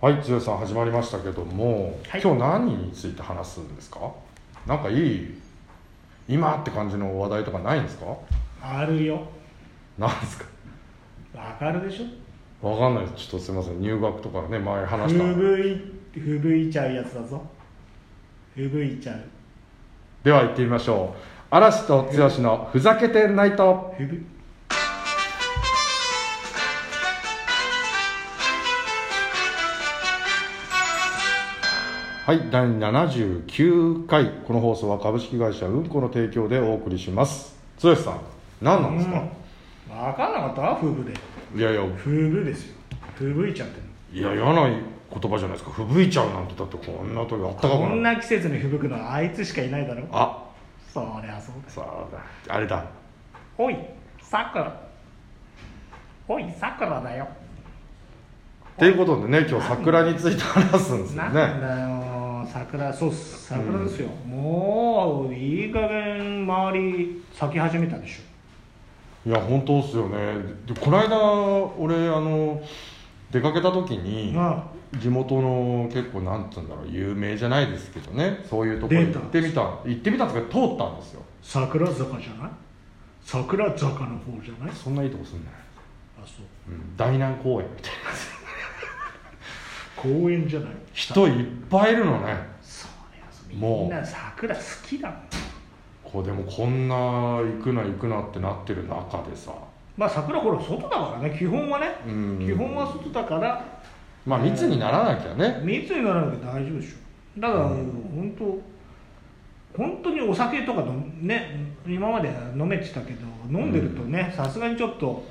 はい剛さん始まりましたけども、はい今日何について話すんですかなんかいい今って感じの話題とかないんですかあるよなんですかわかるでしょわかんないですちょっとすいません入学とかね前ふ話したぶいふぶいちゃうやつだぞふぶいちゃうでは行ってみましょう嵐と剛のふざけてないとふぶはい第79回この放送は株式会社うんこの提供でお送りします剛さん何なんですか、うんわかんなかったふぶでいやいやふぶですよふぶいちゃってるいや嫌な言葉じゃないですかふぶいちゃうなんてだってこんな時あったかくこないんな季節にふぶくのはあいつしかいないだろあそりゃそうださああれだおいさくらおいさくらだよということでね今日桜について話すんですよなんねだよ桜そうっす桜ですよ、もういい加減周り咲き始めたでしいや本当っすよねでこの間俺あの出かけた時ょ、にま地元の結構なんつうんだろう有名じゃないですけどねそういうところに出行たってみた行ってみたんですけど通ったんですよ桜坂じゃない桜坂の方じゃないそんないいとこすんない、あそううん、大南公園みたいな公園じゃない人いっぱいいるのねそうだよもうみんな桜好きだもんこうでもこんな行くな行くなってなってる中でさ、まあ桜ほら外だからね基本はね、うん基本は外だからまあ密にならなきゃね密にならなきゃ大丈夫でしょだからもう本当、本当にお酒とかのね今まで飲めてたけど飲んでるとねさすがにちょっと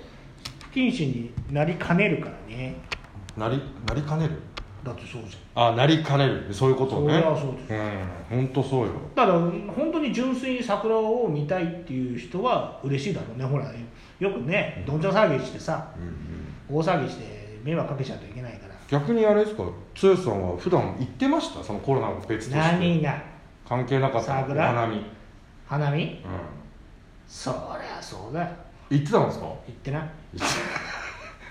不謹慎になりかねるからねなりなりかねるだってそうじあなりかねるそういうゃこんとそをりねゃそうですうん本当そうよただ本当に純粋に桜を見たいっていう人は嬉しいだろうねほらよくねどんちゃん騒ぎしてさうんうん大騒ぎして迷惑かけちゃうといけないから逆にあれですか剛さんは普段行ってましたそのコロナは別として何が関係なかったお桜花見、うん、花見そりゃそうだよ行ってたんですか 言ってな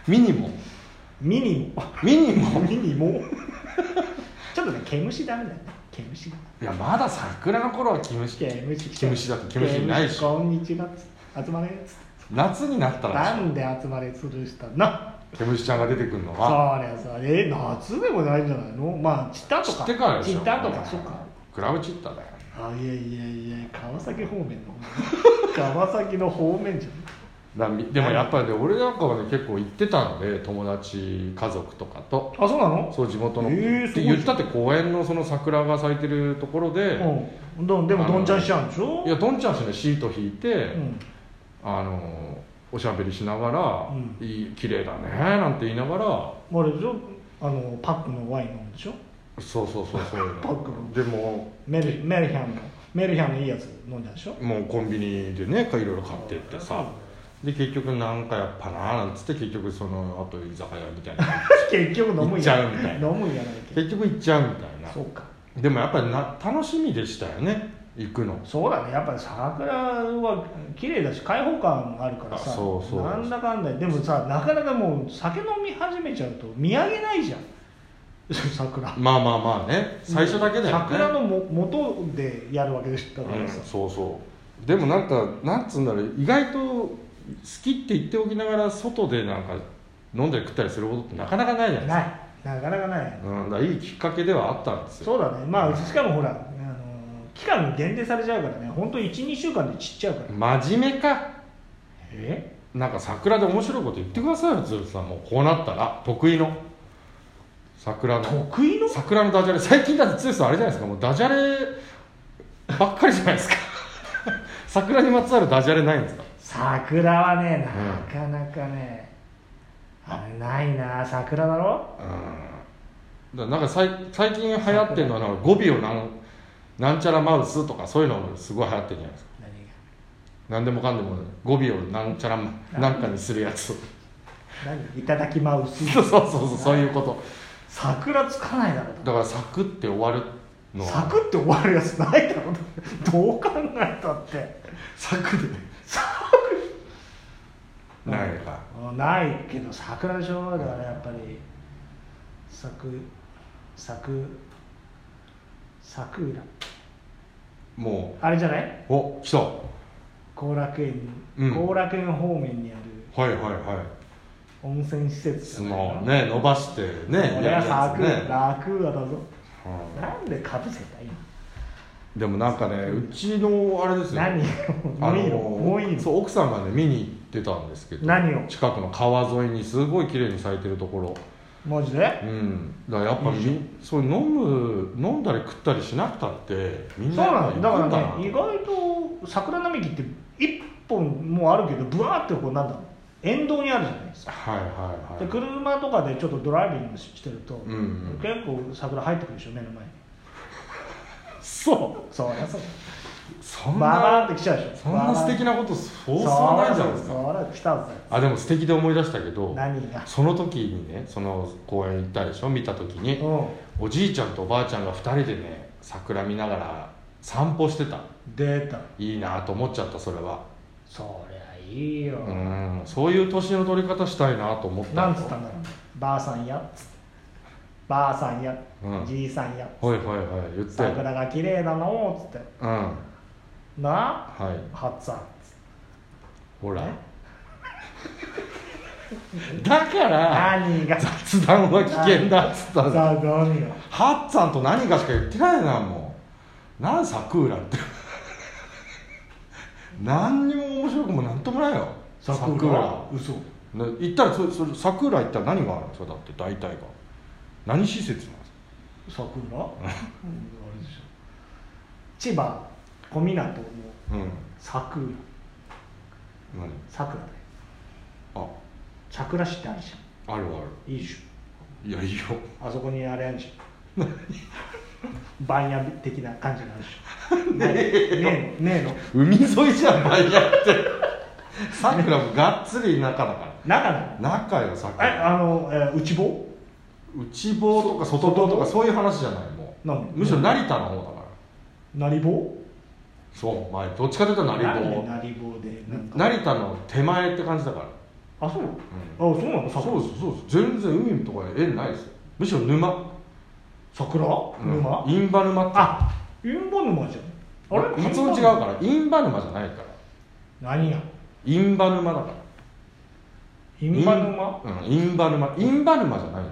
見にもミニ 見にももミニもちょっとね毛虫ダメだね毛虫がいやまだ桜の頃は毛虫毛虫毛虫だって毛虫いないし毛虫こんにちは集まれっつって夏になったならんで集まれするしたな毛虫ちゃんが出てくるのそりはゃさえ夏でもないんじゃないのまあチタと散かってからでしょチタとかそっかクラブチッタだよあいやいやいや川崎方面の 川崎の方面じだみでもやっぱりね俺なんかはね結構行ってたので友達家族とかとゃんあそうなのそう地元の、えーすでごいじゃん言ったって公園のその桜が咲いてるところで、うんどんでもどんちゃんしちゃうんでしょいやどんちゃんしねシート引いて、うんあのおしゃべりしながらう「んいい綺麗だね」なんて言いながらあれでしょあのパックのワイン飲むでしょそうそうそうそう いうパックのでもメルメルヒャンのメルヒャンのいいやつ飲んだでしょもうコンビニでねいろいろ買ってってさで結局なんかやっぱなーなんつって結局そのあと居酒屋みたい な 結局飲むん行っやちゃうみたいな飲むんやないけ結局行っちゃうみたいなそうかでもやっぱりな楽しみでしたよね行くのそうだねやっぱり桜は綺麗だし開放感もあるからさあそうそうなんだかんだでもさなかなかもう酒飲み始めちゃうと見上げないじゃん 桜まあまあまあね最初だけだよね桜のも元でやるわけでしたからさ、そうそうでもなんかなんつうんだろう意外と好きって言っておきながら外でなんか飲んだり食ったりすることってなかなかないじゃないないなかなかないですか,、うん、だからいいきっかけではあったんですよそうだねまあしかもほら、あの期間限定されちゃうからね本当12週間で散っちゃうから真面目かえなんか桜で面白いこと言ってくださいよ鶴さんもうこうなったら得意の桜の得意の桜のダジャレ最近だって鶴さんあれじゃないですかもうダジャレばっかりじゃないですか桜にまつわるダジャレないんですか桜はねうなかなかね、あれないな桜だろうんだからなんかさい最近流行ってるのはなんか語尾をなんなんちゃらマウスとかそういうのすごい流行ってるじゃないですか何が何でもかんでも語尾をなんちゃらまなんかにするやつ 何いただきマウスそうそうそうそういうこと桜つかないだろだからサクって終わるのはサクって終わるやつないだろどう考えたってサクでないかないけど桜でしょだからやっぱりさくさくさくらもあれじゃないうお来たは後楽園後、うん楽園方面にあるいはいはい温泉施設そじゃないのかなね伸ばしてね俺はやさるくやつねらくらだぞはなんでかぶせた今いでもなんかねうちのあれですよ何あをもういいのもういいののそう奥さんがね見に行ってたんですけど何を近くの川沿いにすごい綺麗に咲いてるところマジでうんだからやっぱみいいじそう飲む飲んだり食ったりしなくたってみそうんなやなっぱんだだ行くんからね意な外と桜並木って一本もうあるけどブワーってこうなんだろう沿道にあるじゃないですかはいはいはいで車とかでちょっとドライビングしてると、うんうん結構桜入ってくるでしょ目の前にそうそうやそうそんバーバーなって来ちゃうでしょそんな素敵なことそうそそううないじゃないですかそうだ来たぜあでも素敵で思い出したけど何がその時にねその公園行ったでしょ見た時にうおじいちゃんとおばあちゃんが2人でね桜見ながら散歩してたん出たいいなと思っちゃったそれはそりゃいいよ、うんそういう年の取り方したいなと思ったなんつったんだろうばあさんやっつってばあさんや、うんじいさんやはいはいはい言って桜が綺麗だのっつってうんはなあいはっつぁんっつってほらねだから何がさ雑談は危険だっつったあんだ何がハッツァンと何かしか言ってないなもうなんサクーラって何にも面白くもなんともないよ嘘ね、行ったらそそ桜行ったら何があるんですかだって大体が何施設なんですか桜うんあれでしょ千葉小湊のうん桜何桜だよあ桜市ってあるじあるあゃんいいでしるいやいいよょあそこにあれあるじ ゃん番屋的な感じがあるでしょねえのねえの海沿いじゃんバイヤーって桜もがっつり中だか中なのら中よえ桜あの、えー内房内房とか外房とかそういう話じゃないもなうんでむしろ成田の方だから成房そう前どっちかというと成なんで房成房でなんか成田の手前って感じだからあそう、あそうなのそ桜うですそうです全然海とか縁ないですよむしろ沼桜沼、うん、インバ沼ってあインバ沼じゃんあれ発音違うからインバ沼じゃないから何がインバ沼だからインバ沼、うんインバ沼インバ沼じゃないの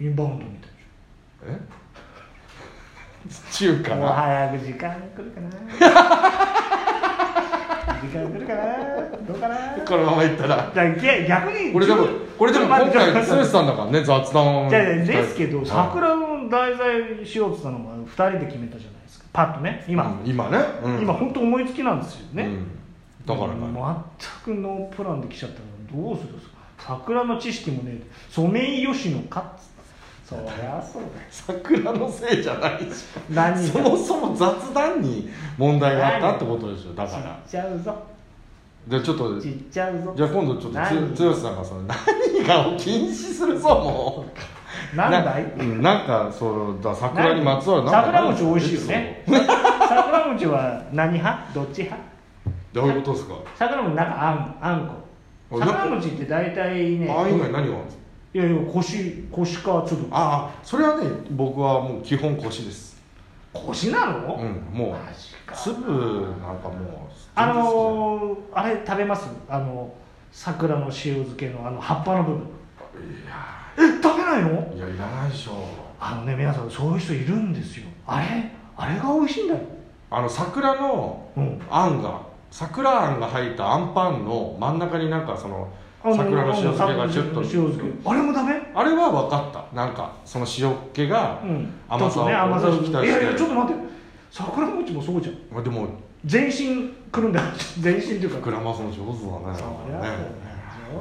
インバウンドみたいなえ中華もうな早く時間来るか な時間来るかなどうかなこのままいったらじゃあげ逆にこれでもこれでも今じゃあ回剛さんだからね雑談をじゃあですけうどん桜の題材しようって言ったのは2人で決めたじゃないですかパッとね今、うん今ね、うん今本当思いつきなんですよね、うんだからね全くノープランで来ちゃったらどうするんですか桜の知識もねえソメイヨシノかっつったそりゃそうだよ桜のせいじゃないし何がそもそも雑談に問題があったってことでしょだからちっちゃうぞじゃあちょっとちじっちゃうぞゃあ今度ちょっ何とつ剛さんがその何がを禁止するぞもうなんだいなうんなんかそうだ桜にまつわるなんか桜餅美味しいよ ね桜餅は何派どっち派どういうことですか桜餅なんかあんあんこあなんか桜餅って大体ねあん以外何があるんですかいやいや腰腰か粒ああそれはね僕はもう基本腰です腰なうの、んもうマジか粒なんかもうあのー、あれ食べますあの桜の塩漬けのあの葉っぱの部分いやえ食べないのいやいらないでしょあのね皆さんそういう人いるんですよあれあれが美味しいんだよあの桜のうんあんが桜あんが入ったあんパンの真ん中になんかその桜の塩漬けがちょっとあの桜の塩漬けあれもダメあれは分かったなんかその塩っ気がうん甘さをちょっとね甘さを引き出していやいやちょっと待って桜餅もそうじゃんまあでも全身くるんだ 全身というか桜マスの上手だねそりゃそうだよ冗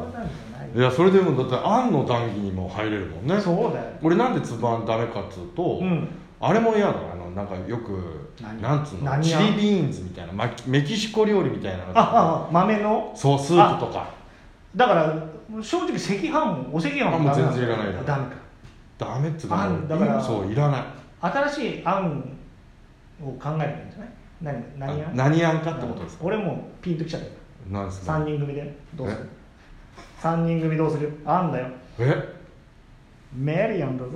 談じゃないいやそれでもだってあんの談義にも入れるもんねそうだよ俺なんでつばんダメかっつうと、うんあれも嫌だあのなんかよく何なんつうの何チやリビーンズみたいなまきメキシコ料理みたいなのああ豆のそうスープとかだから正直赤飯もお赤飯もあもうダメんだ全然いらないなダメかダメっつうあんだからそういらない新しい案を考えればいいんじゃない何何やあ何あんかってことですか俺もうピンときちゃったよなんですか3人組でどうする3人組どうするあんだよえメリアンだぞ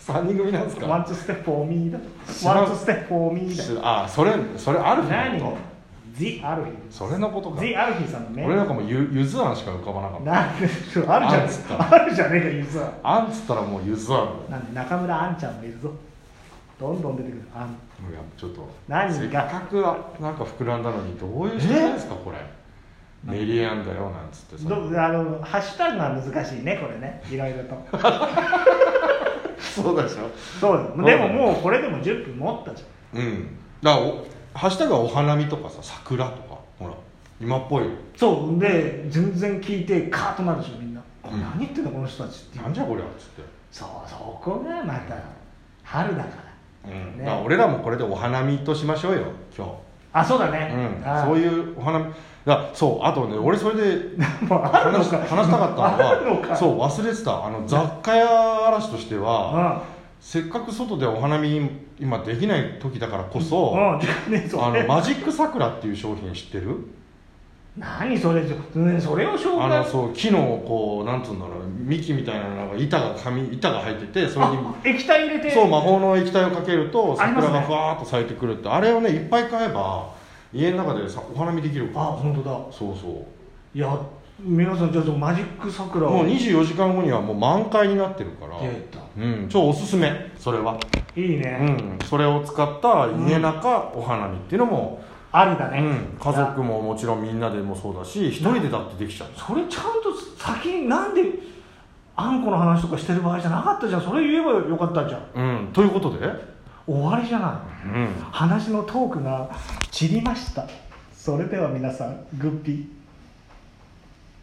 3人組なんですワンかツーステップフォーミーだ知らんワンツーステップフォーミーだしあそれそれアルフィー何のこジ・アルヒとそれのことかジ・アルヒさんのね俺なんかもうゆゆずあんしか浮かばなかったなんでちょあるじあんつっゃねたあるじゃねえかゆずはあんっつったらもうゆずあんだよなんで中村あんちゃんもいるぞどんどん出てくるあいんやちょっと何がせっかくなんか膨らんだのにどういう人なんですかこれメリアンだよなんつってどさあのハッシュタグが難しいねこれねいろいろと そうでしょそうだでももうこれでも10分持ったじうんだからお「ハッシュタグはお花見」とかさ「桜」とかほら今っぽいゃんそうで全然聞いてカーッとなるでしょみんな、うん何言ってんだこの人たちってなんじゃこりゃっつってそうそこがまた春だからうんねだから俺らもこれでお花見としましょうよ今あそうだ日、ね、うんあ、そういうお花見だそうあとね俺それでもうあるの話しか話したかったのあるのかはそう忘れてたあの雑貨屋嵐としてはせっかく外でお花見今できない時だからこそ、うん、うん、じゃあねそあのれマジックサクラっていう商品知ってる何それ、ね、それを紹あ介のそう木のこうなんつうんだろう幹みたいなのが板が紙板が入っててそれあ液体入れてにそう魔法の液体をかけるとあります桜ねがふわーっと咲いてくるってあれをねいっぱい買えば家の中でさお花見できるあから本当だそうそういや皆さんじゃあそのマジック桜をもう24時間後にはもう満開になってるから出たうんちょっとおすすめそれはいいうね、んそれを使った家中お花見っていうのも、あるだうね、ん、家族ももちろんみんなでもそうだし一人でだってできちゃうそれちゃんと先になんであんこの話とかしてる場合じゃなかったじゃんそれ言えばよかったじゃんうんということで終わりじゃないうん話のトークが散りましたそれでは皆さんグッピー